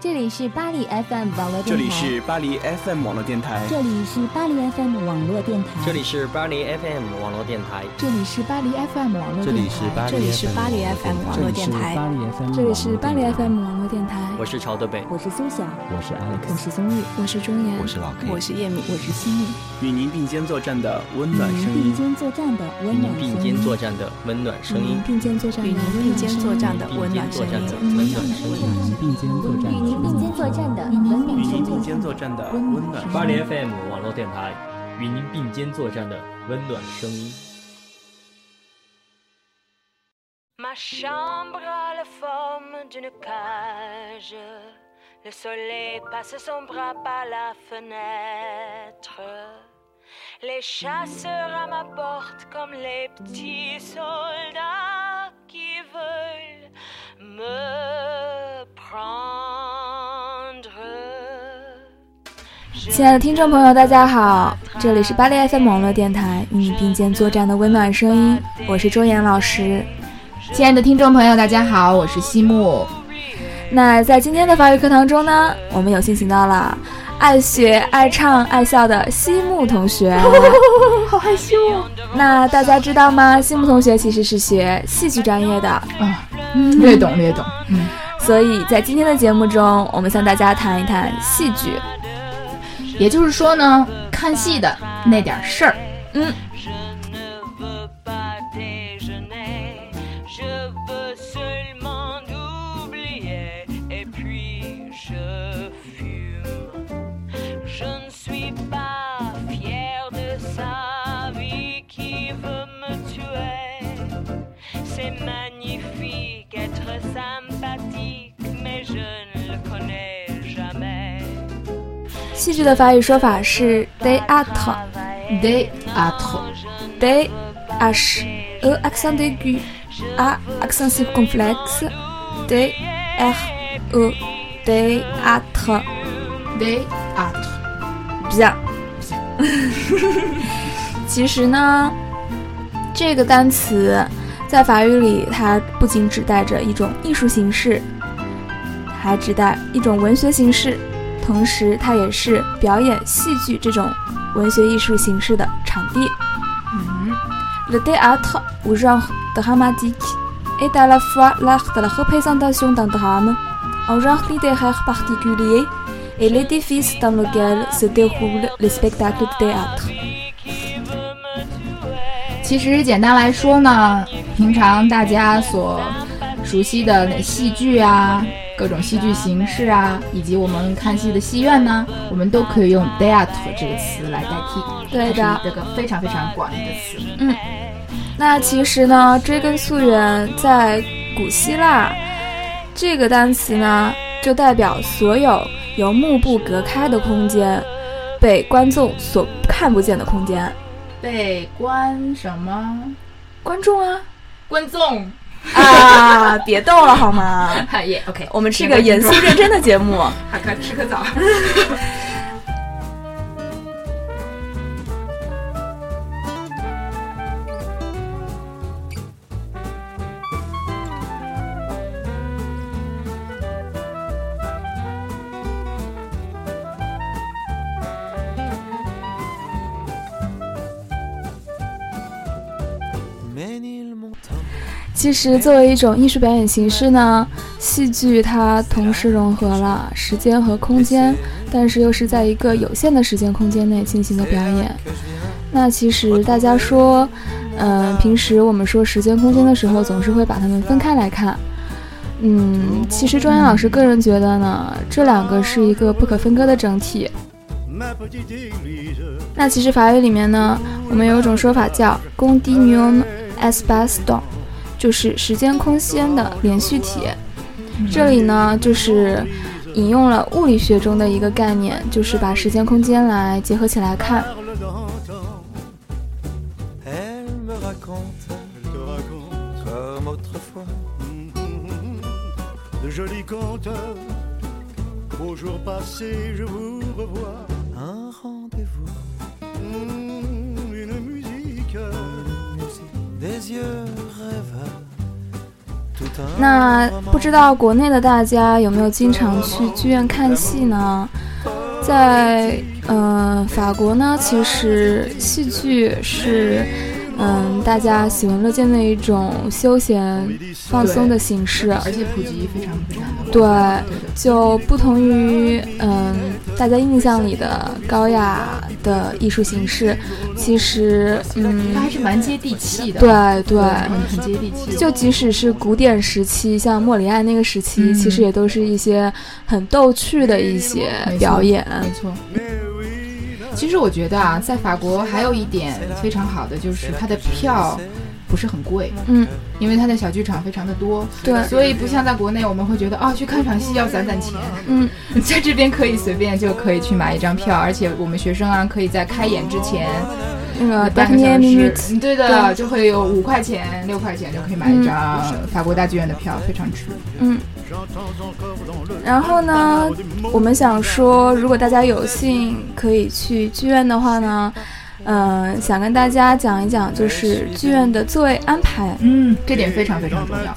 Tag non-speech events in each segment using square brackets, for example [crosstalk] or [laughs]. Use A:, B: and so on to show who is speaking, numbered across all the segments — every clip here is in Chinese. A: 这里是巴黎 FM 网络电台，
B: 这里是巴黎 FM 网络电台，
A: 这里是巴黎 FM 网络电台，
C: 这里是巴黎 FM 网络电台，
A: 这里是巴黎 FM 网络电台，这里是
D: 巴黎 FM 网络电台，
E: 这里是巴黎 FM 网络电台，
C: 我是曹德北，
A: 我是苏晓，
F: 我是 Alex，
A: 我是宗玉，
E: 我是钟岩，
G: 我是老 K，
D: 我是叶敏，
A: 我是心
B: 玉，与您并肩作战的温暖声
A: 音，并肩作战的温暖
C: 声音，并肩作战的温暖声音，嗯
E: 并肩作战的嗯
D: 并肩作战的温暖声音，
F: 并肩作战的温暖声音。
A: 与您并肩作战的
B: 温暖与您嗯并肩作战的温暖。
C: 巴黎 FM 网络电台，与您并肩作战的温暖声音。
H: Ma chambre a la forme d'une cage. Le soleil passe son bras par la fenêtre. Les chasseurs à ma porte comme les petits soldats qui veulent me prendre.
E: 亲爱的听众朋友，大家好，这里是巴黎 FM 网络电台与你并肩作战的温暖声音，我是周岩老师。
I: 亲爱的听众朋友，大家好，我是西木。
E: 那在今天的法语课堂中呢，我们有幸请到了爱学、爱唱、爱笑的西木同学。
I: [laughs] 好害羞、哦。
E: 那大家知道吗？西木同学其实是学戏剧专业的
I: 啊，略懂略懂。嗯，
E: 所以在今天的节目中，我们向大家谈一谈戏剧。
I: 也就是说呢，看戏的那点事儿，
E: 嗯。戏剧的法语说法是 d e a t r
I: d e a t r
E: d h e accent aigu a accent circonflexe d r e d a t r
I: d e a t
E: 比较。 [laughs] 其实呢，这个单词在法语里，它不仅指代着一种艺术形式，还指代一种文学形式。同时，它也是表演戏剧这种文学艺术形式的场地。
I: 嗯
E: ，le théâtre ou genre dramatique est à la fois l'art de la représentation d'un drame, un genre littéraire particulier, et l'édifice dans lequel se déroule le spectacle de théâtre.
I: 其实，简单来说呢，平常大家所熟悉的戏剧啊。各种戏剧形式啊，以及我们看戏的戏院呢，我们都可以用 “theatre” 这个词来代替。
E: 对的，
I: 这个非常非常广义的词。
E: 嗯，那其实呢，追根溯源，在古希腊，这个单词呢，就代表所有由幕布隔开的空间，被观众所看不见的空间。
I: 被观什么？
E: 观众啊，
I: 观众。
E: 啊，别逗了好吗？
I: 啊也 OK，
E: 我们是个严肃认真的节目。
I: 好，可 [laughs] 吃个枣。
E: 其实，作为一种艺术表演形式呢，戏剧它同时融合了时间和空间，但是又是在一个有限的时间空间内进行的表演。那其实大家说，嗯、呃，平时我们说时间空间的时候，总是会把它们分开来看。嗯，其实庄岩老师个人觉得呢，这两个是一个不可分割的整体。那其实法语里面呢，我们有一种说法叫 “continuum espace d o n 就是时间空间的连续体，这里呢就是引用了物理学中的一个概念，就是把时间空间来结合起来看。那不知道国内的大家有没有经常去剧院看戏呢？在嗯法国呢，其实戏剧是嗯大家喜闻乐见的一种休闲放松的形式，
I: [laughs] 而且普及非常非常的广
E: 对
I: 对的
E: 就不同于嗯大家印象里的高雅的艺术形式，其实嗯
I: 它还是蛮接地气的，
E: 对对。
I: 很很接地气的。
E: 就即使是古典时期，像莫里爱那个时期，
I: 嗯
E: 其实也都是一些很逗趣的一些
I: 没错
E: 表演。
I: 没错。其实我觉得啊，在法国还有一点非常好的就是它的票不是很贵，
E: 嗯，
I: 因为它的小剧场非常的多，
E: 对
I: 所以不像在国内我们会觉得哦，去看场戏要攒攒钱，
E: 嗯，
I: [laughs] 在这边可以随便就可以去买一张票，而且我们学生啊可以在开演之前
E: 那个 b
I: 半
E: a
I: 个
E: c
I: 小
E: n
I: 时
E: minute，，
I: 嗯对的，
E: 呃对
I: 就会有五块钱、六块钱就可以买一张法国大剧院的票，非常值。
E: 嗯。然后呢，我们想说，如果大家有幸可以去剧院的话呢，嗯、想跟大家讲一讲，就是剧院的座位安排。
I: 嗯，这点非常非常重要。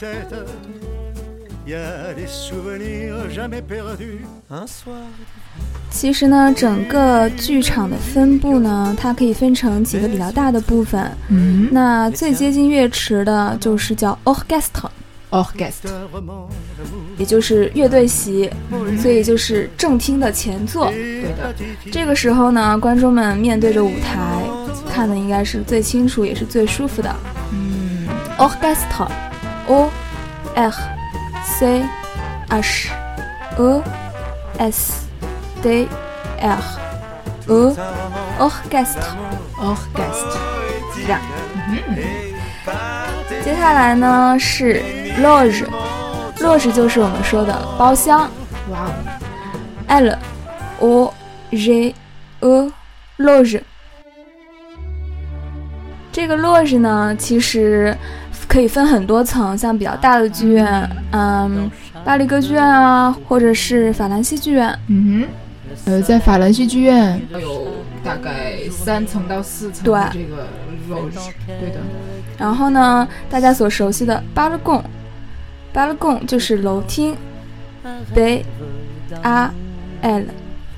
E: 其实呢，整个剧场的分布呢，它可以分成几个比较大的部分。
I: 嗯
E: 那最接近乐池的就是叫 orchestre，
I: 哦 g u e s t
E: 也就是乐队席，所以就是正厅的前座。
J: 嗯
I: 对的，
E: 这个时候呢，观众们面对着舞台，看的应该是最清楚，也是最舒服的。
I: 嗯。
E: orchestre o r c h e s d r e orchestre。
I: 哦 g u e s t
E: 接下来呢是 loge，loge 就是我们说的包厢。
I: 哇哦，
E: L O G E loge。这个 loge 呢，其实可以分很多层，像比较大的剧院，嗯，巴黎歌剧院啊，或者是法兰西剧院。
I: 嗯哼，呃，在法兰西剧院有大概三层到四层的这
E: 对
I: 个 loge，对的，
E: 然后呢，大家所熟悉的巴勒贡，巴勒贡就是楼厅，B A L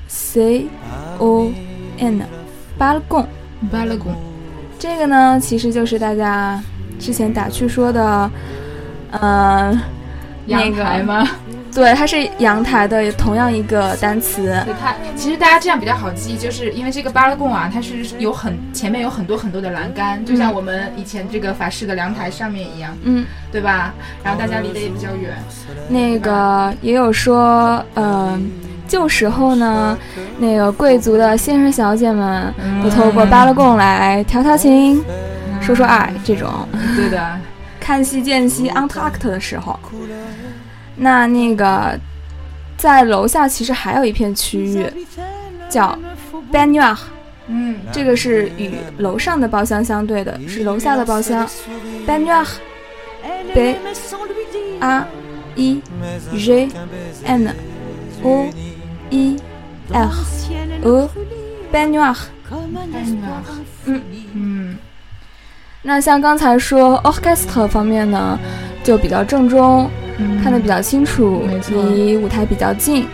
E: C O N，巴勒贡。
I: 巴勒宫，
E: 这个呢，其实就是大家之前打趣说的，呃，那
I: 阳台
E: 个
I: 吗？
E: 对，它是阳台的同样一个单词，
I: 对它，其实大家这样比较好记，就是因为这个巴勒贡啊，它是有很前面有很多很多的栏杆，就像我们以前这个法式的凉台上面一样，
E: 嗯，
I: 对吧？然后大家离得也比较远，
E: 那个也有说，呃，旧时候呢，那个贵族的先生小姐们会透嗯过巴勒贡来调调情、说说爱这种。
I: 对的，
E: 看戏间隙 on talk 的时候，那那个在楼下其实还有一片区域叫 b a n y a r
I: 嗯，
E: 这个是与楼上的包厢相对的，是楼下的包厢 b a n y a r B A I G N O I R E b a n y a r
I: 嗯，
E: 那像刚才说 orchestra 方面呢，就比较正宗，
I: 嗯
E: 看得比较清楚
I: 没，错
E: 离舞台比较近。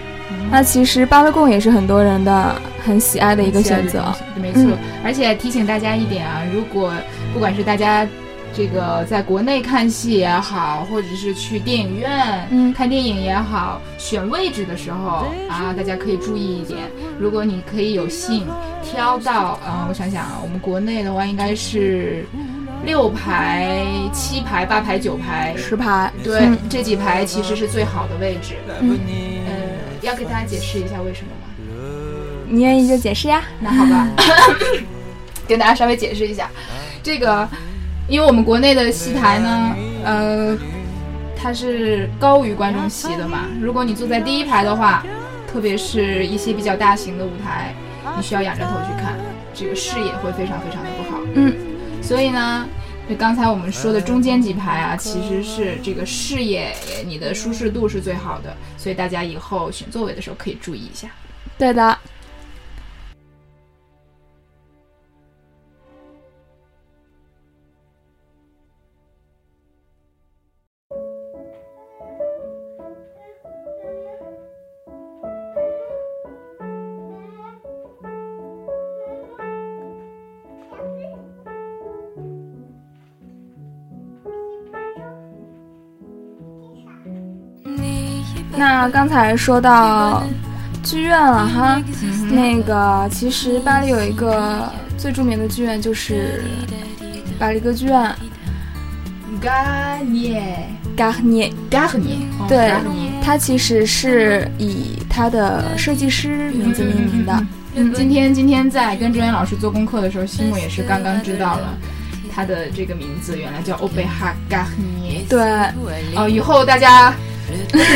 E: 那其实巴勒贡也是很多人的很喜爱的一个选择。
I: 没错
E: 嗯。
I: 而且提醒大家一点啊，如果不管是大家这个在国内看戏也好，或者是去电影院、
E: 嗯
I: 看电影也好，选位置的时候啊，大家可以注意一点。如果你可以有幸挑到，嗯，我想想啊，我们国内的话应该是六排、七排、八排、九排，
E: 石牌，
I: 对，
E: 嗯
I: 这几排其实是最好的位置。
E: 嗯
I: 呃，要给大家解释一下为什么吗？
E: 你愿意就解释呀。
I: 那好 [laughs] 吧，跟大家稍微解释一下，这个，因为我们国内的戏台呢，呃，它是高于观众席的嘛。如果你坐在第一排的话，特别是一些比较大型的舞台，你需要仰着头去看，这个视野会非常非常的不好。
E: 嗯，
I: 所以呢。就刚才我们说的中间几排啊，其实是这个视野，你的舒适度是最好的，所以大家以后选座位的时候可以注意一下。
E: 对的。那刚才说到剧院了哈，
D: 嗯
E: 那个其实巴黎有一个最著名的剧院就是巴黎歌剧院
I: ，Garnier
E: g a r n i e
I: Garnier，哦
E: 对
I: Garnier
E: 它其实是以它的设计师名字命名的。
I: 嗯今天今天在跟周岩老师做功课的时候，西木也是刚刚知道了他的这个名字原来叫欧贝哈嘎涅。
E: 对，
I: 哦，以后大家，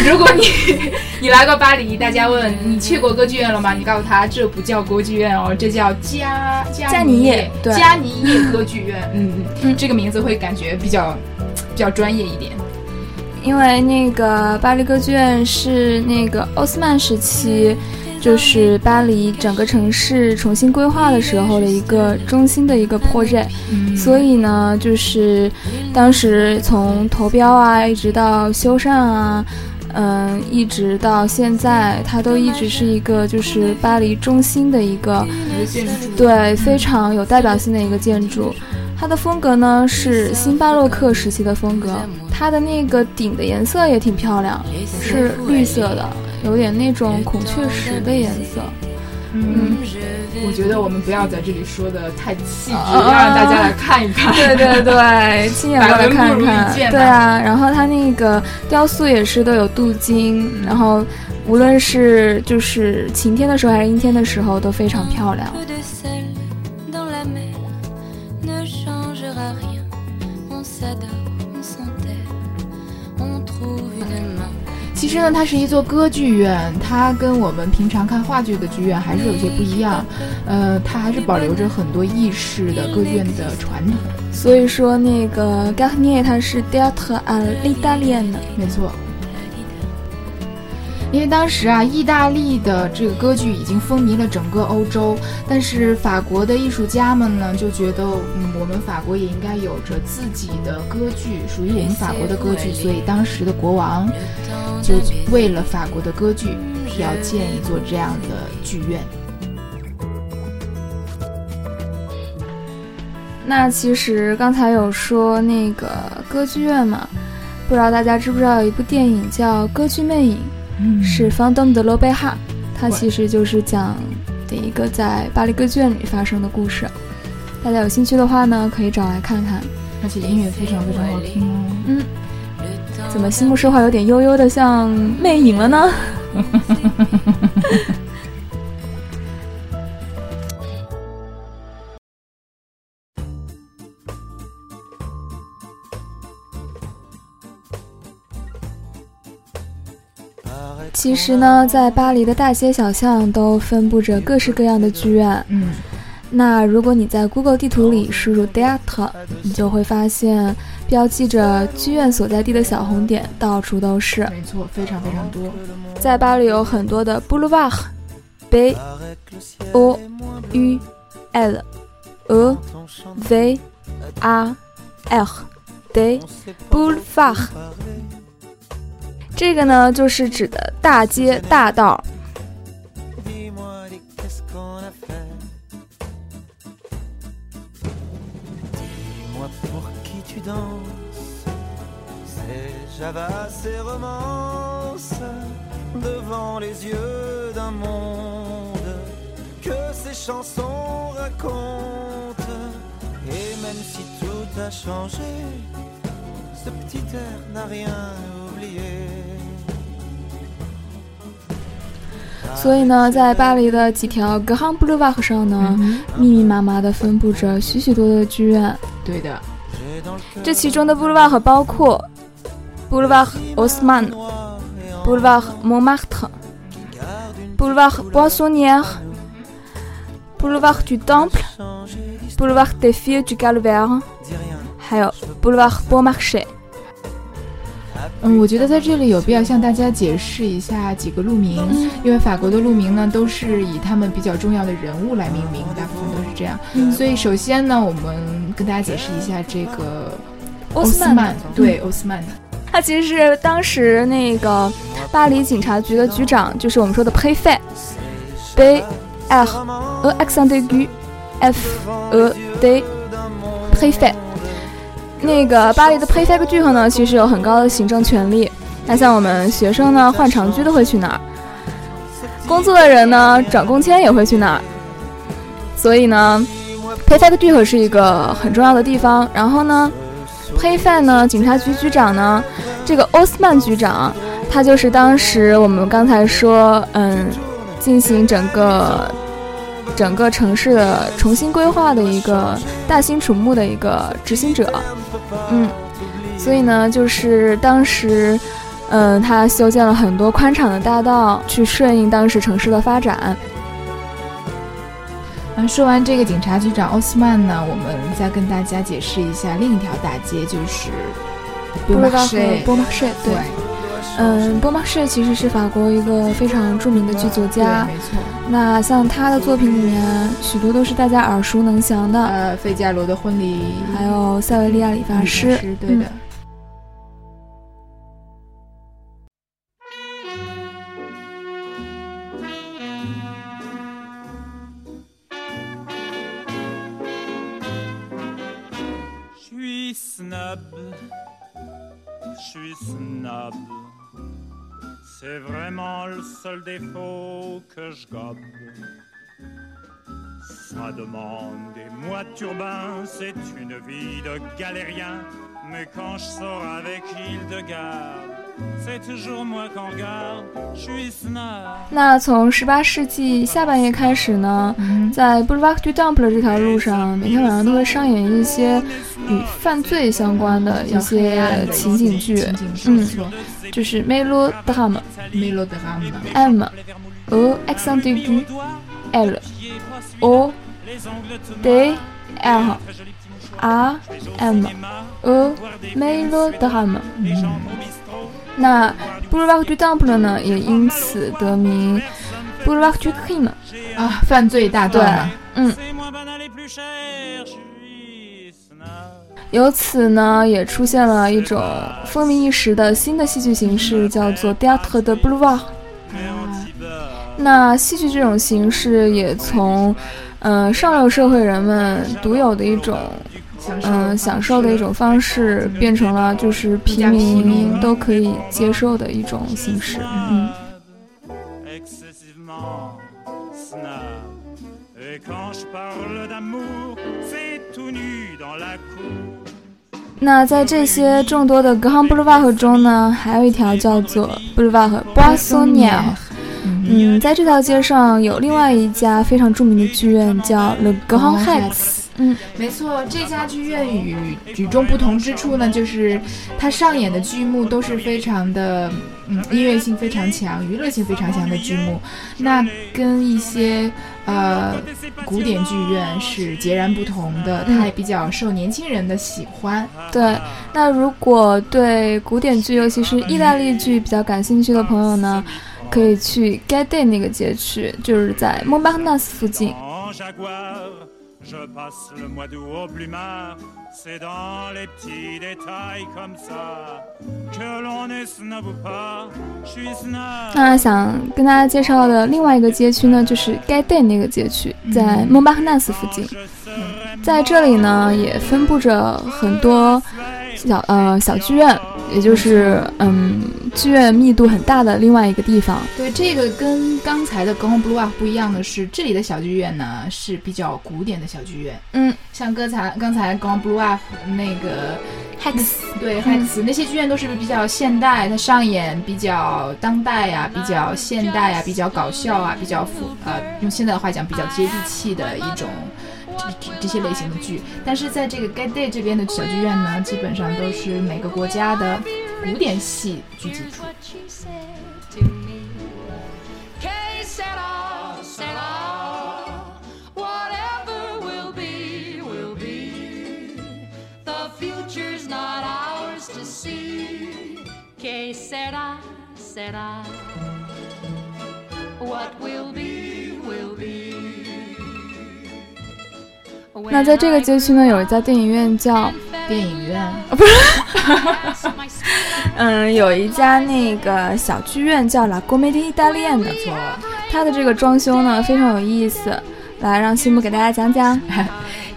I: [laughs] 如果你你来过巴黎，大家问你去过歌剧院了吗？你告诉他这不叫歌剧院哦，这叫加
E: 加
I: 加
E: 尼
I: 尼
E: 耶对
I: 加尼耶歌剧院。嗯
E: 嗯
I: 嗯，这个名字会感觉比较比较专业一点。
E: 因为那个巴黎歌剧院是那个奥斯曼时期，就是巴黎整个城市重新规划的时候的一个中心的一个 project，、所
I: 嗯
E: 以呢，就是当时从投标啊，一直到修缮啊。嗯，一直到现在，它都一直是一个就是巴黎中心的一个
I: 一个建筑
E: 对，非常有代表性的一个建筑。它的风格呢是新巴洛克时期的风格，它的那个顶的颜色也挺漂亮，是绿色的，有点那种孔雀石的颜色。
I: 嗯，我觉得我们不要在这里说的太细致，要让大家来看
E: [laughs]
I: 一看。
E: 对对对，亲眼过来看看。对啊，然后它那个雕塑也是都有镀金，然后无论是就是晴天的时候还是阴天的时候都非常漂亮。
G: Un peu de sel dans la mer ne changera rien. On s'adore, on s'enterre, on trouve une main.
I: 其实呢，它是一座歌剧院，它跟我们平常看话剧的剧院还是有些不一样。呃，它还是保留着很多意式的歌剧院的传统。
E: 所以说那个 g a r n i e 它是 Teatro all'italiano。
I: 没错，因为当时啊，意大利的这个歌剧已经风靡了整个欧洲，但是法国的艺术家们呢，就觉得嗯，我们法国也应该有着自己的歌剧，属于我们法国的歌剧，所以当时的国王就为了法国的歌剧，要建一座这样的剧院。
E: 那其实刚才有说那个歌剧院嘛，不知道大家知不知道有一部电影叫《歌剧魅影》，
I: 嗯
E: 是方登德罗贝哈，它
I: 对
E: 其实就是讲的一个在巴黎歌剧院里发生的故事。大家有兴趣的话呢，可以找来看看。
I: 而且音乐非常非常好听哦。
E: 怎么心目说话有点悠悠的，像魅影了呢？
I: 嗯
E: 其实呢，在巴黎的大街小巷都分布着各式各样的剧院。
I: 嗯，
E: 那如果你在 Google 地图里输入 Theater，你就会发现标记着剧院所在地的小红点到处都是。
I: 没错，非常非常多。
E: 在巴黎有很多的 Boulevard、B、O、U、L、E、V、A、R、D、Boulevard。这个呢，就是指的大街大道。
J: Moi pour qui tu danses C'est Java, c'est romance Devant les yeux d'un monde Que ces chansons racontent Et même si tout a changé Ce petit air n'a rien oublié
E: 所以呢，在巴黎的几条 Grand Boulevard 上呢，密密麻麻地分布着许许多多的剧院。
I: 对的，
E: 这其中的 Boulevard 包括 Boulevard Haussmann、Boulevard Montmartre、Boulevard Poissonnière、Boulevard du Temple、Boulevard des Filles du Calvaire，还有 Boulevard b o n m a r c h é
I: 嗯，我觉得在这里有必要向大家解释一下几个路名，因为法国的路名呢都是以他们比较重要的人物来命名，大部分都是这样。所以首先呢，我们跟大家解释一下这个
E: 奥
I: 斯
E: 斯曼
I: 曼，对奥斯曼，
E: 他其实是当时那个巴黎警察局的局长，就是我们说的 préfet。B R E accent aigu F E D préfet。那个巴黎的 préfet 聚合呢，其实有很高的行政权力，那像我们学生呢，换长居的会去哪儿？工作的人呢，转工签也会去那儿。所以呢 p a y f a 的聚合是一个很重要的地方。然后呢 p a y f a 呢，警察局局长呢，这个欧斯曼局长，他就是当时我们刚才说，嗯，进行整个整个城市的重新规划的一个大兴土木的一个执行者。嗯，所以呢，就是当时。嗯，他修建了很多宽敞的大道，去顺应当时城市的发展。
I: 嗯，说完这个警察局长奥斯曼呢，我们再跟大家解释一下另一条大街，就是
E: 布
I: 马
E: 拉
I: 舍。
E: 波马舍，对，嗯，波马舍其实是法国一个非常著名的剧作家。
I: 对没错。
E: 那像他的作品里面，许多都是大家耳熟能详的，
I: 呃，费加罗的婚礼，
E: 还有塞维利亚理发师，
I: 师对的。
E: 嗯那从十八世纪下半叶开始呢，
I: 嗯
E: 在 Boulevard du Temple 这条路上，每天晚上都会上演一些与犯罪相关的一些情景剧，
I: 嗯，没
E: 嗯，
I: 错
E: 就是 melodrame
I: ，melodrame
E: M O E, accent aigu L O D R A M O melodrame。那 Boulevard du Temple 呢，也因此得名 Boulevard du Crime。
I: 啊，犯罪大啊道嘛，
E: 嗯，由此呢，也出现了一种风靡一时的新的戏剧形式，叫做 théâtre de boulevard。那戏剧这种形式也从，呃，上流社会人们独有的一种，
I: 享受
E: 嗯、享受的一种方式，变成了就是平民都可以接受的一种形式。嗯，
J: Excessivement snob. Et quand je parle d'amour, c'est tout nu dans la cour.
E: 那在这些众多的 Grand Boulevard 中呢，还有一条叫做 Boulevard Boissonnière。嗯，在这条街上有另外一家非常著名的剧院，叫 Le Grand Rex。嗯，
I: 没错，这家剧院与与众不同之处呢，就是它上演的剧目都是非常的，嗯，音乐性非常强、娱乐性非常强的剧目，那跟一些呃古典剧院是截然不同的，
J: 嗯
I: 它也比较受年轻人的喜欢。
E: 对。那如果对古典剧，尤其是意大利剧比较感兴趣的朋友
I: 呃
E: 呢，可以去 g a d e 那个街区，就是在 Montparnasse 附近。
J: En jaguar, je passe le mois d'août au plumard. C'est dans les petits détails comme ça que l'on est snob ou pas. Je suis snob.
E: 那想跟大家介绍的另外一个街区呢，就是 g a d e 那个街区，在 Montparnasse 附近。在这里呢，也分布着很多小呃小剧院，也就是嗯剧院密度很大的另外一个地方。
I: 对，这个跟刚才的 Grand Blue 啊不一样的是，这里的小剧院呢是比较古典的小剧院，
E: 嗯，
I: 像刚才刚才 Grand Blue 啊那个 Hex，对 Hex、那些剧院都是比较现代，它上演比较当代呀、比较现代呀、比较搞笑啊，比较符呃用现在的话讲比较接地气的一种。这这这些类型的剧，但是在这个 Gay Day 这边的小剧院呢，基本上都是每个国家的古典戏聚集处。
G: Okay, set off, set off. Whatever will be, will be. The future's not ours to see. Que será, será. What will be, will be.
E: 那在这个街区呢，有一家电影院叫
I: 电影院，
E: 嗯，有一家那个小剧院叫 La Commedia Italiana，没错。它的这个装修呢非常有意思，来让西木给大家讲讲。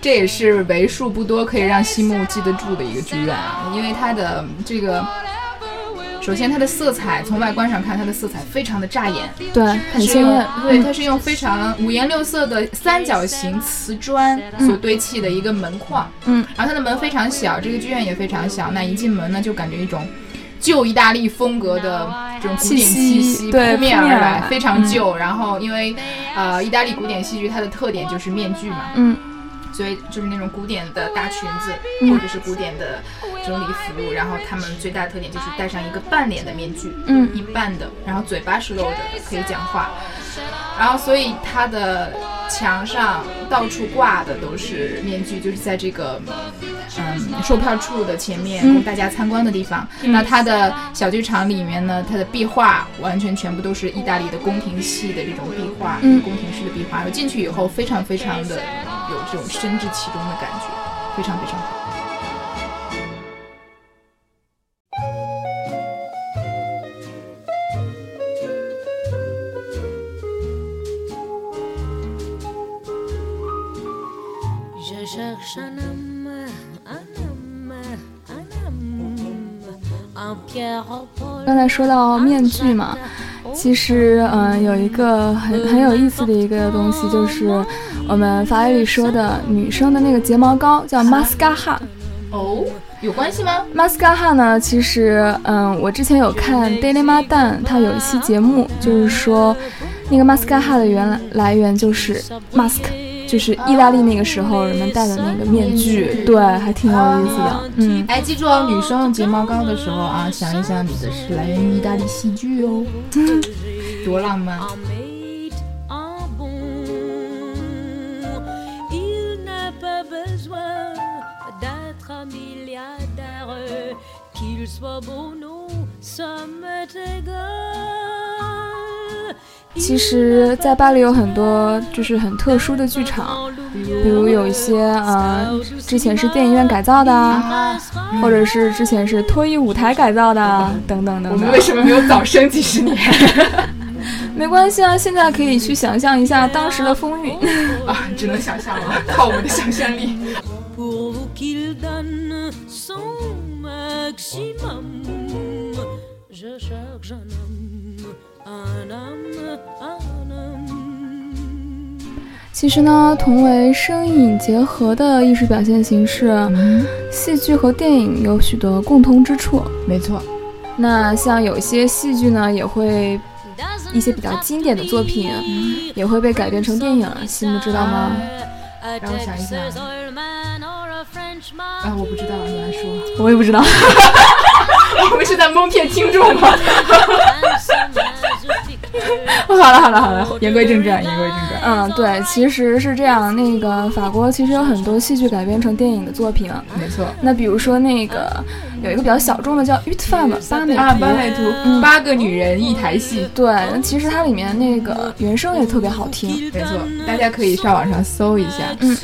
I: 这也是为数不多可以让西木记得住的一个剧院啊，因为它的这个嗯首先它的色彩，从外观上看，它的色彩非常的扎眼，
E: 对，
I: 它
E: 很
I: 是
E: 鲜
I: 用
E: 艳，
I: 对，
E: 嗯
I: 它是用非常五颜六色的三角形瓷砖
E: 嗯
I: 所堆砌的一个门框，
E: 嗯，
I: 然后它的门非常小，这个剧院也非常小，那一进门呢，就感觉一种旧意大利风格的这种古
E: 气
I: 典
E: 息
I: 气息扑
E: 对
I: 面
E: 扑
I: 而
E: 面而
I: 来
E: 来，
I: 非常
E: 嗯
I: 旧。然后因为呃，意大利古典戏剧它的特点就是面具嘛，
E: 嗯，
I: 所以就是那种古典的大裙子，
E: 嗯
I: 或者是古典的这种礼服，然后他们最大的特点就是戴上一个半脸的面具，
E: 嗯
I: 一半的，然后嘴巴是露着的，可以讲话，然后所以它的墙上到处挂的都是面具，就是在这个嗯售票处的前面
E: 嗯
I: 供大家参观的地方。那它的小剧场里面呢，它的壁画完全全部都是意大利的宫廷戏的这种壁画，
E: 嗯
I: 宫廷式的壁画。进去以后，非常非常的有这种身至其中的感觉，非常非常好。
G: Je cherche un homme, un homme, un homme, un Pierre Paul.
E: 刚才说到面具嘛，
G: 哦
E: 其实，嗯、有一个很很有意思的一个东西，就是我们法语里说的女生的那个睫毛膏叫 mascara。
I: 哦，有关系吗？
E: mascara 呢，其实，嗯，我之前有看
G: 嗯
E: Daily Ma Dan，他有一期节目，就是说那个 mascara 的原来来源就是 mask，就是意大利那个时候人们戴的那个面具，对，还挺有意思的，嗯。
I: 哎，记住哦，女生用睫毛膏的时候啊，想一想你的是来源于意大利戏剧哦，多浪漫。
G: En made, en bon. Il n'a pas besoin d'être un milliardaire, qu'il soit bon, nous sommes égaux.
E: 其实，在巴黎有很多就是很特殊的剧场，比如有一些呃，之前是电影院改造的啊，
I: 啊，
E: 或者是之前是脱衣舞台改造的啊，等等
I: 我
E: 等
I: 们
E: 等
I: 为。什么没有早生几十 [laughs] 年
E: 没关系啊，现在可以去想象一下当时的风韵。
I: 啊？只能想象了，靠我们的想象力。
G: pourvu qu'il donne son maximum. Je cherche un homme, un homme, un homme.
E: [laughs] 其实呢，同为声影结合的艺术表现形式，
I: 嗯，
E: 戏剧和电影有许多共通之处。
I: 没错。
E: 那像有些戏剧呢，也会一些比较经典的作品，也会被改编成电影。西木知道吗？
I: 让我想一想。
E: [laughs]
I: 啊，我不知道，你来说。
E: 我也不知道。
I: 我们是在蒙骗听众吗？ [laughs] 好了好了好了，言归正传，言归正传。
E: 嗯，对，其实是这样。那个法国其实有很多戏剧改编成电影的作品。
I: 没错。
E: 那比如说那个有一个比较小众的叫《Utfam》八美
I: 啊，
E: 图
I: 芭蕾图，八个女人一台戏。
E: 对，其实它里面那
I: 嗯
E: 个原声也特别好听。
I: 没错，大家可以上网上搜一下。
E: 嗯，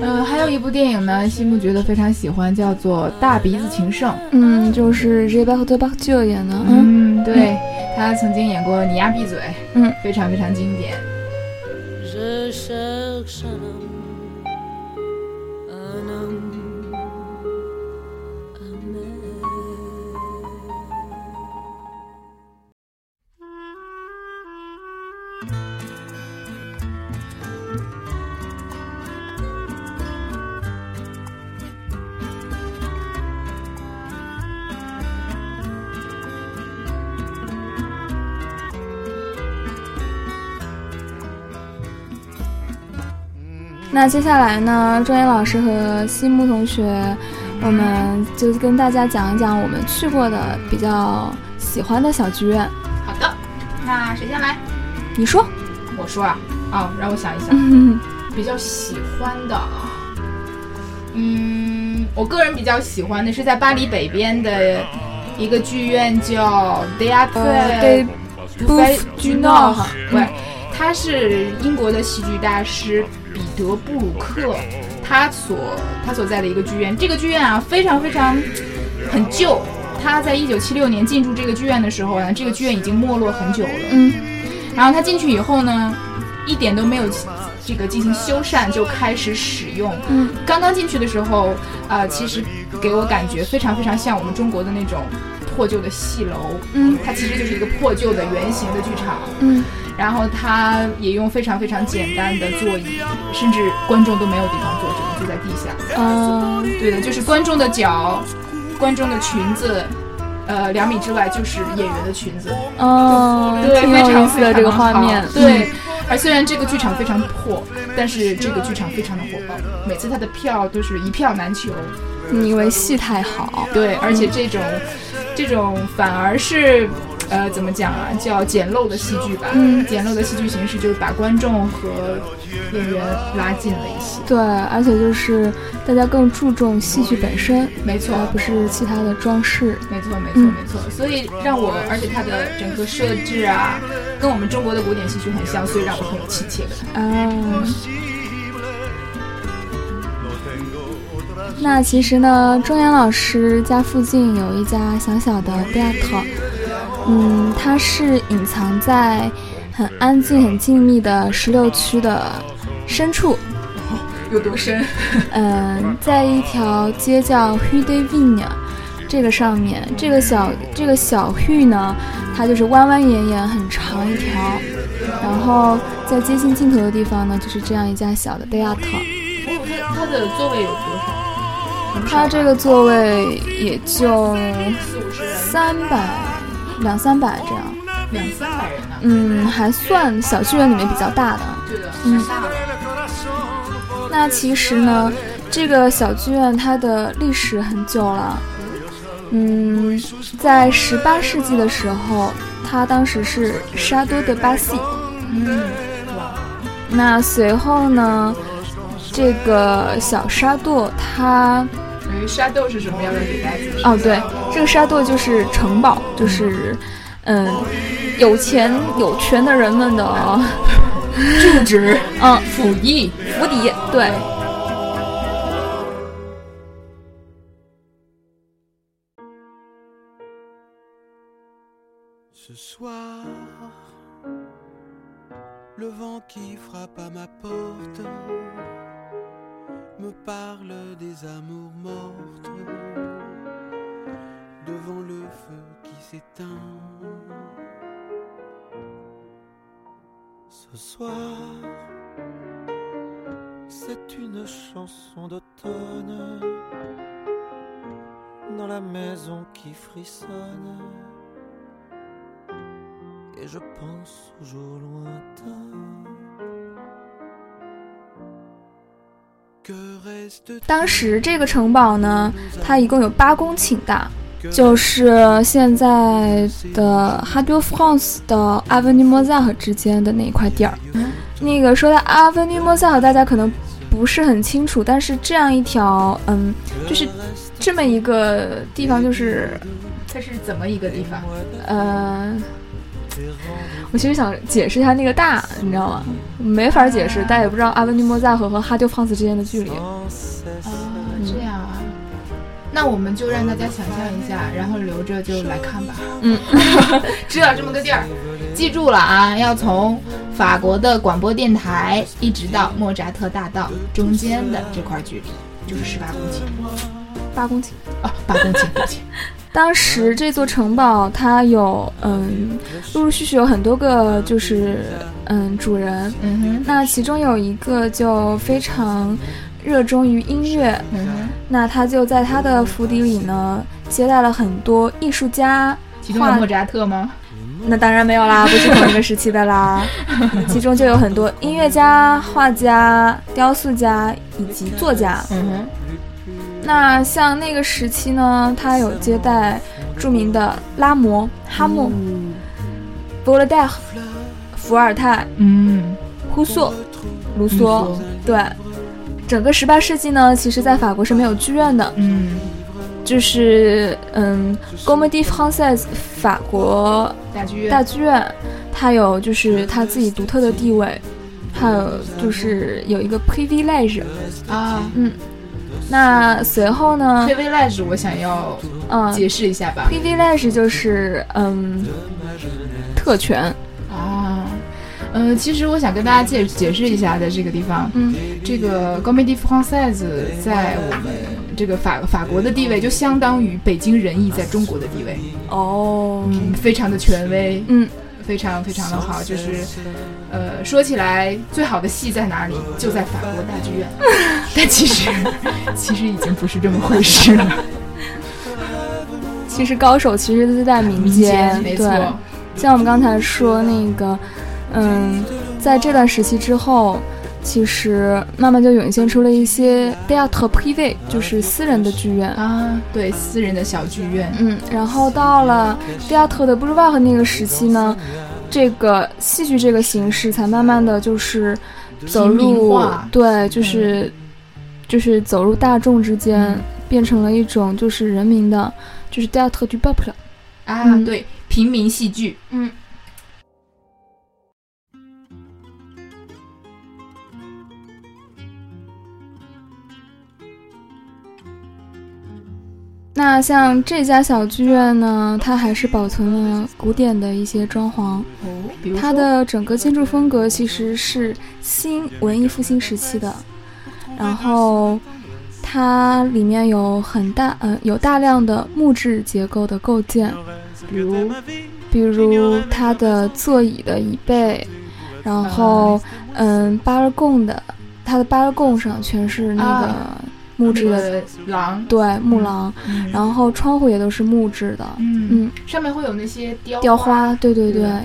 I: 呃，还有一部电影呢，西木觉得非常喜欢，叫做《大鼻子情圣》。
E: 嗯，就是 r e b e c a d e b a c t i 演的。嗯，
I: 嗯，对，他曾经演过《你丫闭嘴》，
E: 嗯，
I: 非常非常经典。
G: Je cherche un homme, un homme, un homme.
E: 那接下来呢，专业老师和西木同学，我们就跟大家讲一讲我们去过的比较喜欢的小剧院。
I: 好的，那谁先来？
E: 你说？
I: 我说啊，哦，让我想一想，
E: 嗯，
I: 比较喜欢的啊，嗯，我个人比较喜欢的是在巴黎北边的一个剧院叫 d e a t r
E: 呃， [laughs] 对，
I: 不
E: g n o
I: 对，他是英国的戏剧大师彼得布鲁克，他所他所在的一个剧院，这个剧院啊非常非常很旧。他在一九七六年进驻这个剧院的时候呢，这个剧院已经没落很久了。
E: 嗯，
I: 然后他进去以后呢，一点都没有这个进行修缮，就开始使用。嗯，刚刚进去的时候，呃，其实给我感觉非常非常像我们中国的那种破旧的戏楼。
E: 嗯，
I: 它其实就是一个破旧的圆形的剧场。
E: 嗯，
I: 然后它也用非常非常简单的座椅，甚至观众都没有地方坐，只能坐在地下。
E: 嗯，
I: 对的，就是观众的脚，观众的裙子。呃，两米之外就是演员的裙子，
E: 哦，
I: 对，
E: 挺
I: 非
E: 有意
I: 常
E: 思
I: 非
E: 的这
I: 常
E: 个画面嗯
I: 好，对。而虽然这个剧场非常破，但是这个剧场非常的火爆，每次它的票都是一票难求。
E: 嗯，因为戏太好，
I: 对，而且这种，这种反而是，呃，怎么讲啊？叫简陋的戏剧吧。
E: 嗯
I: 简陋的戏剧形式就是把观众和演员拉近了一些。
E: 对，而且就是大家更注重戏剧本身，
I: 没错，
E: 而不是其他的装饰。
I: 没错，没
E: 嗯
I: 错，没错。所以让我，而且它的整个设置啊，跟我们中国的古典戏曲很像，所以让我很有亲切感。
E: 啊。那其实呢，钟岩老师家附近有一家小小的 theater，嗯，它是隐藏在很安静、很静谧的十六区的深处，
I: 有多深？
E: 嗯，在一条街叫 Rue des Vignes 这个上面，这个小这个小 Rue 呢，它就是弯弯延延很长一条，然后在接近尽头的地方呢，就是这样一家小的 theater。
I: 它 [laughs] 它的座位有多少？
E: 它这个座位也就
I: 四五十人，
E: 三百两三百这样，
I: 两三百人呢、
E: 嗯，还算小剧院里面比较大的。
I: 对的，
E: 嗯
I: 太大了。
E: 那其实呢，这个小剧院它的历史很久了。嗯，在十八世纪的时候，它当时是沙多的巴西。
I: 嗯，哇，
E: 那随后呢，这个小沙垛它
I: 等于哎沙豆是什么？要不要给大家解释？
E: 哦，对，这个沙垛就是城堡，就是嗯，有钱有权的人们的 [laughs]
I: 住址、
E: 嗯
I: 府役，
E: 府邸。对，
K: Ce soir, le vent qui frappe à ma porte me parle des amours mortes devant le feu qui s'éteint. Ce soir, c'est une chanson d'automne dans la maison qui frissonne et je pense aux jours lointains. Que reste
E: 当时这个城堡呢，它一共有八公顷大，就是现在的 h a d o France 的 Avenue Mozart 之间的那一块地儿。那个说到 Avenue Mozart，大家可能不是很清楚，但是这样一条，嗯，就是这么一个地方，就是
I: 它是怎么一个地方？
E: 呃，我其实想解释一下那个大，你知道吗？没法解释，大家也不知道 Avenue Mozart 和和 h a d o France 之间的距离。
I: 啊，这样啊。那我们就让大家想象一下，然后留着就来看吧。
E: 嗯，
I: [laughs] 知道这么个地儿，记住了啊！要从法国的广播电台一直到莫扎特大道中间的这块距离，就是十八公顷
E: 八公顷。
I: 哦，八公顷，对不起。
E: 当时这座城堡它有嗯，陆陆续续有很多个就是嗯主人，
I: [laughs] 嗯哼，
E: 那其中有一个就非常热衷于音乐，
I: 嗯哼，
E: 那他就在他的府邸里呢接待了很多艺术家。
I: 其中有莫扎特吗？
E: 那当然没有啦，不是同一个时期的啦。其中就有很多音乐家、画家、雕塑家以及作家。
I: 嗯哼，
E: 那像那个时期呢，他有接待著名的拉摩、哈默、博勒代、伏尔泰、
I: 嗯，
E: 胡索、卢
I: 卢
E: 梭
I: 梭。
E: 对，整个十八世纪呢，其实在法国是没有剧院的，
I: 嗯，
E: 就是嗯 g o m e d i Française 法国
I: 大剧院，
E: 大剧院，它有就是它自己独特的地位，还有就是有一个 privilege。
I: 啊。
E: 那随后呢，
I: privilege 我想要
E: 嗯
I: 解释一下吧。
E: ，privilege 就是嗯特权。
I: 啊，呃，其实我想跟大家解解释一下，在这个地方，
E: 嗯，
I: 这个 Comédie Française 在我们这个法法国的地位，就相当于北京人艺在中国的地位
E: 哦，
I: 嗯，非常的权威，
E: 嗯，
I: 非常非常的好，就是，呃，说起来最好的戏在哪里，就在法国大剧院， [laughs] 但其实其实已经不是这么回事了，
E: 其实高手其实都是在民间，
I: 民间没
E: 对
I: 错。
E: 像我们刚才说那个，嗯，在这段时期之后，其实慢慢就涌现出了一些 theatre privé，就是私人的剧院
I: 啊，对，私人的小剧院，
E: 嗯，然后到了 theatre 的 boulevard 那个时期呢，这个戏剧这个形式才慢慢的就是走
I: 平民
E: 入
I: 化，嗯
E: 对，就是、就是走入大众之间，变成了一种就是人民的，就是 theatre du peuple。
I: 啊，
E: 嗯
I: 对，平民戏剧，
E: 嗯。那像这家小剧院呢，它还是保存了古典的一些装潢，
I: 哦，比如
E: 嗯它
I: 说
E: 的整个建筑风格其实是新文艺复兴时期的，然后它里面有很大呃有大量的木质结构的构件，
I: 比如
E: 比如它的座椅的椅背，然后嗯巴拉贡的它的巴拉贡上全是那个
I: 啊
E: 木质的、
I: 的狼，
E: 对木廊，
I: 嗯
E: 然后窗户也都是木质的，
I: 嗯
E: 嗯，
I: 上面会有那些雕
E: 雕花，对对对，然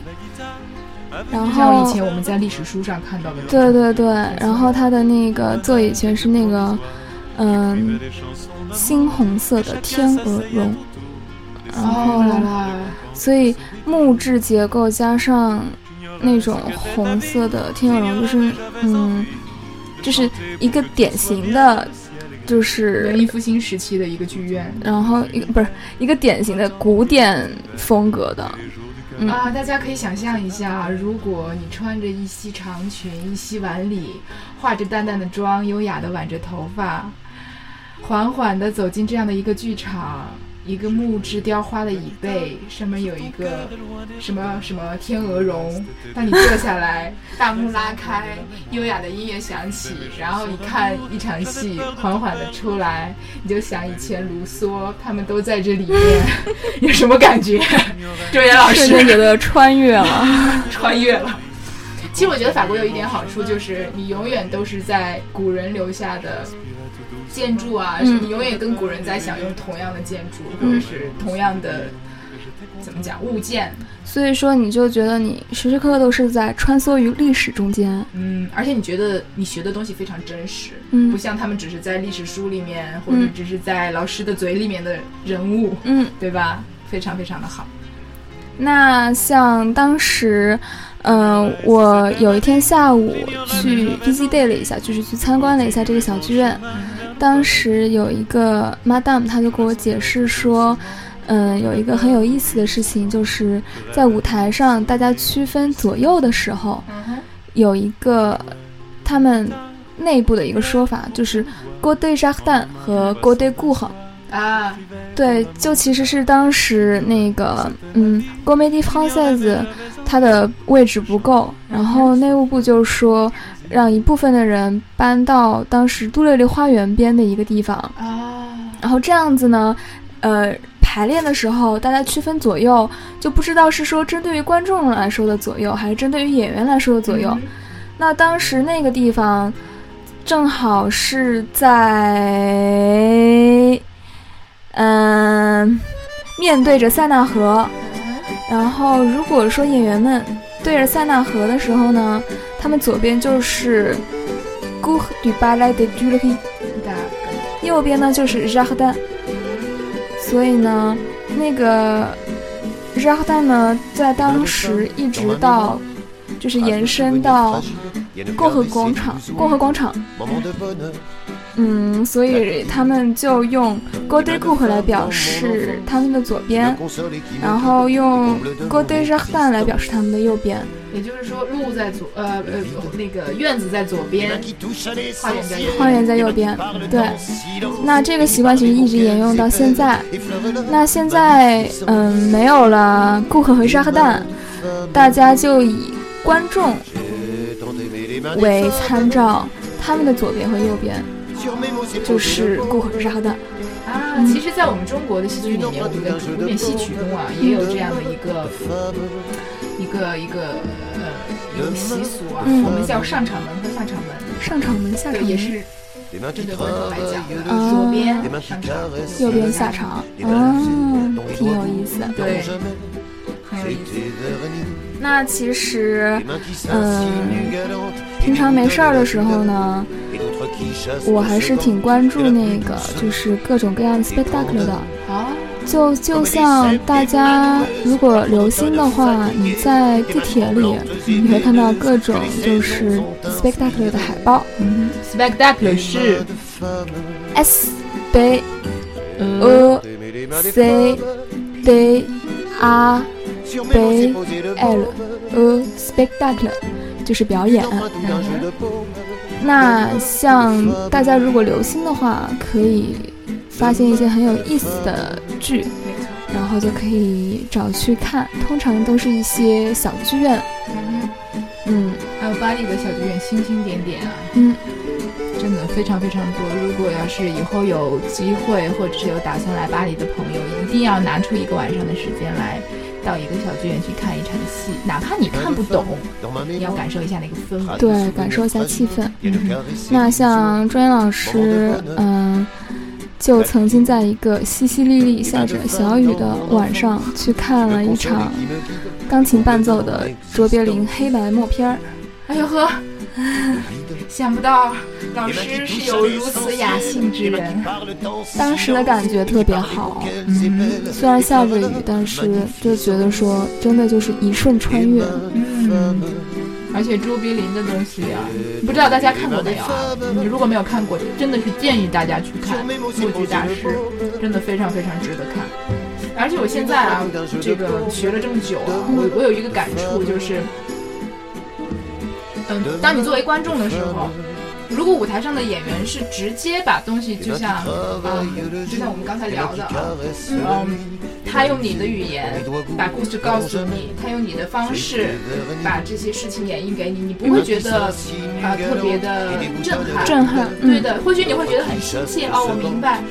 I: 就像
E: 后
I: 以前我们在历史书上看到的那种，
E: 对对对，然后它的那个座椅全是那个，嗯，猩红色的天鹅绒，然后
I: 哦啦啦，
E: 所以木质结构加上那种红色的天鹅绒，就是嗯，就是一个典型的，就
I: 文艺
E: 是
I: 复兴时期的一个剧院、
E: 然后一个不是一个典型的古典风格
I: [laughs]
E: 的，嗯
I: 啊，大家可以想象一下，啊如果你穿着一袭长裙、一袭晚礼，化着淡淡的妆，优雅的挽着头发，缓缓的走进这样的一个剧场。一个木质雕花的椅背，上面有一个什么什么天鹅绒。当你坐下来，大幕拉开，优雅的音乐响起，然后你看一场戏，缓缓的出来，你就想以前卢梭他们都在这里面， [laughs] 有什么感觉？ [laughs] 周岩老
E: 瞬间
I: 师
E: 觉得穿越了， [laughs]
I: 穿越了。其实我觉得法国有一点好处，就是你永远都是在古人留下的建筑啊，
E: 嗯
I: 你永远跟古人在享用同样的建筑，或者是同样的怎么讲物件。
E: 所以说你就觉得你时时刻刻都是在穿梭于历史中间，
I: 嗯，而且你觉得你学的东西非常真实，
E: 嗯
I: 不像他们只是在历史书里面，或者只是在老师的嘴里面的人物，
E: 嗯。
I: 对吧？非常非常的好。
E: 那像当时，嗯、我有一天下午去 VC day 了一下，就是去参观了一下这个小剧院。
I: 嗯
E: 当时有一个 madam，她就给我解释说，嗯、有一个很有意思的事情，就是在舞台上大家区分左右的时候，
I: 嗯哼，
E: 有一个他们内部的一个说法，就是 g o d e j a r d i n 和 g o d e g u h
I: 啊，
E: 对，就其实是当时那个，嗯 g o m e d i Française 它的位置不够，然后内务部就说让一部分的人搬到当时杜蕾丽花园边的一个地方，
I: 啊，
E: 然后这样子呢，呃，排练的时候大家区分左右，就不知道是说针对于观众来说的左右，还是针对于演员来说的左右。
I: 嗯
E: 那当时那个地方正好是在，嗯、面对着塞纳河。然后，如果说演员们对着塞纳河的时候呢，他们左边就是 g o u r du Ballet des Tuileries，
I: 大
E: 右边呢就是 r a d a n 所以呢，那个 r a d a n 呢，在当时一直到就是延伸到共和广场，共和广场，嗯，所以他们就用 g o d e g u 来表示他们的左边，然后用 g o d e j a r d i n 来表示他们的右边，
I: 也就是说，路在左，呃
E: 哎
I: 呃，那个院子在左边，花园在右边。
E: 花园在右边，对。那这个习惯其实一直沿用到现在。那现在，嗯，没有了顾客和沙克蛋，大家就以观众为参照，他们的左边和右边就是顾和饶的。
I: 啊，其实，在我们中国的戏剧里面，我们的古典戏曲中啊，
E: 嗯
I: 也有这样的一个一个一个呃一个习俗啊，
E: 嗯
I: 我们叫上场门和下场门，
E: 上场门下场
I: 也
E: 门
I: 是针对观众来讲的，
E: 啊
I: 左边上场，
E: 右边下场啊，挺有意思的。
I: 对，很有意思。
E: 那其实，嗯，平常没事儿的时候呢，我还是挺关注那个，就是各种各样的 spectacle 的。
I: 啊，
E: 就就像大家如果留心的话，你在地铁里你会看到各种就是 spectacle 的海报
I: 嗯，spectacular 嗯是
E: ，S B O C D A B L O spectacle 就是表演。那像大家如果留心的话，可以发现一些很有意思的剧，然后就可以找去看。通常都是一些小剧院，嗯
I: 还有巴黎的小剧院星星点点啊，
E: 嗯，
I: 真的非常非常多。如果要是以后有机会，或者是有打算来巴黎的朋友，一定要拿出一个晚上的时间来到一个小剧院去看一场戏，哪怕你看不懂，你要感受一下那个氛围。
E: 对，感受一下气氛。
I: 嗯
E: 那像专业老师，嗯、就曾经在一个淅淅沥沥下着小雨的晚上，去看了一场钢琴伴奏的卓别林黑白默片儿。
I: 哎呦呵，想不到老师是有如此雅兴之人。
E: 当时的感觉特别好，
I: 嗯
E: 虽然下着雨，但是就觉得说，真的就是一瞬穿越。
I: 嗯，而且卓别林的东西啊，不知道大家看过没有啊？你如果没有看过，真的是建议大家去看《默剧大师》，真的非常非常值得看。而且我现在啊，这个学了这么久啊，我我有一个感触就是，嗯，当你作为观众的时候。如果舞台上的演员是直接把东西，就像啊，就像我们刚才聊的啊，嗯，他用你的语言把故事告诉你，他用你的方式把这些事情演绎给你，你不会觉得啊、呃特别的震撼，
E: 震撼嗯
I: 对的，或许你会觉得很亲切哦，我明白。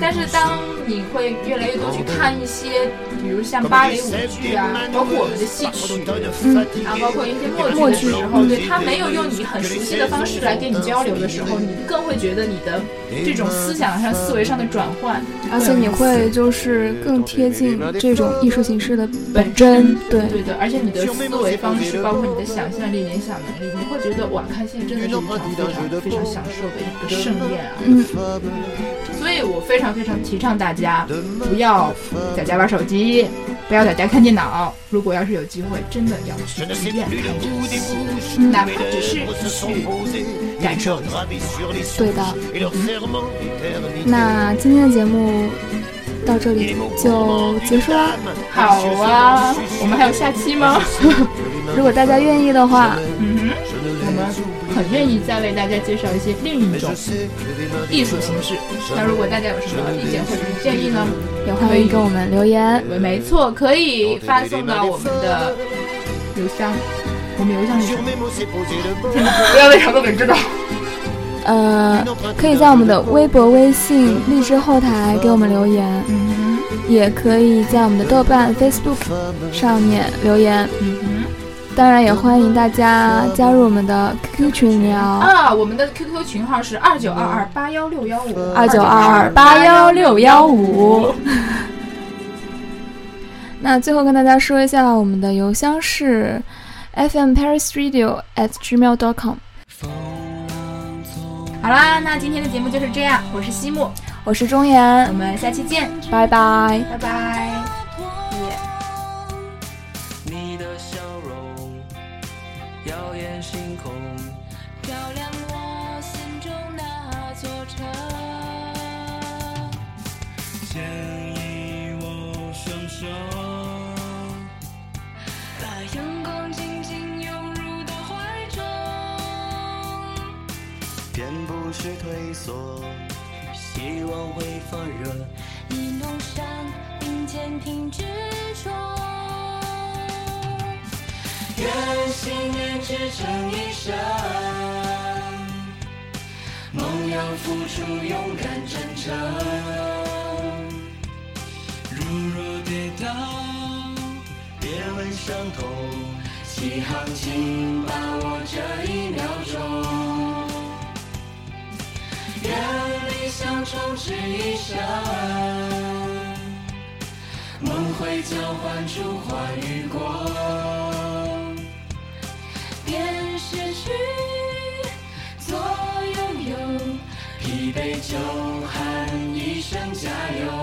I: 但是当你会越来越多去看一些，比如像芭蕾舞剧啊，包括我们的戏曲，
E: 嗯
I: 啊，包括一些默剧的时候，对他没有用你很熟悉的方式来跟你交流的时候，你更会觉得你的这种思想上、思维上的转换，
E: 而且你会就是更贴近这种艺术形式的本
I: 本
E: 真，对
I: 对的，而且你的思维方式，包括你的想象力、联想能力，你会觉得哇，看戏真的是一场非常非常享受的一个盛宴啊！
E: 嗯，
I: 所以我非常非常提倡大家不要在家玩手机，不要在家看电脑。如果要是有机会，真的要去剧院看一场戏，哪怕只是去感受一下。
E: 对的。那今天的节目到这里就结束啦。
I: 好啊，我
E: [laughs]
I: 们还有下期吗？
E: 如果大家愿意的话，
I: 嗯哼，我们很愿意再为大家介绍一些另一种艺术形式。那如果大家有什么意见或者是建议呢？
E: 也欢迎给我们留言。
I: 没错，可以发送到我们的邮箱。我们邮箱是什么？不要为啥都得知道。
E: 呃，可以在我们的微博、微信、荔枝后台给我们留言，
I: 嗯
E: 也可以在我们的豆瓣、Facebook 上面留言。
I: 哼，嗯
E: 当然，也欢迎大家加入我们的 QQ 群
I: 哼。
E: 聊
I: 啊，我们的 QQ 群号是二九二二八幺六幺五
E: 二九二二八幺六幺 [laughs] 五。那最后跟大家说一下，我们的邮箱是 fmparisradio at gmail.com。
I: 好啦，那今天的节目就是这样。我是西木，
E: 我是钟
I: 我
E: 妍，
I: 们下期见，
E: 拜拜。
I: 拜拜。
K: 你的笑容耀眼星空，
G: 照亮我心中那座城。
K: 牵引我双手，
G: 把阳光紧紧拥入到怀中，
K: 便不是退缩，希望会放热。
G: 一弄山并肩挺直冲。可惜你只剩一生。梦要付出勇敢真诚，如若跌倒，别问伤痛，起航请把握这一秒钟。愿理想充斥一生，梦会交换出花与果，便失去做拥有，疲惫就喊一声加油。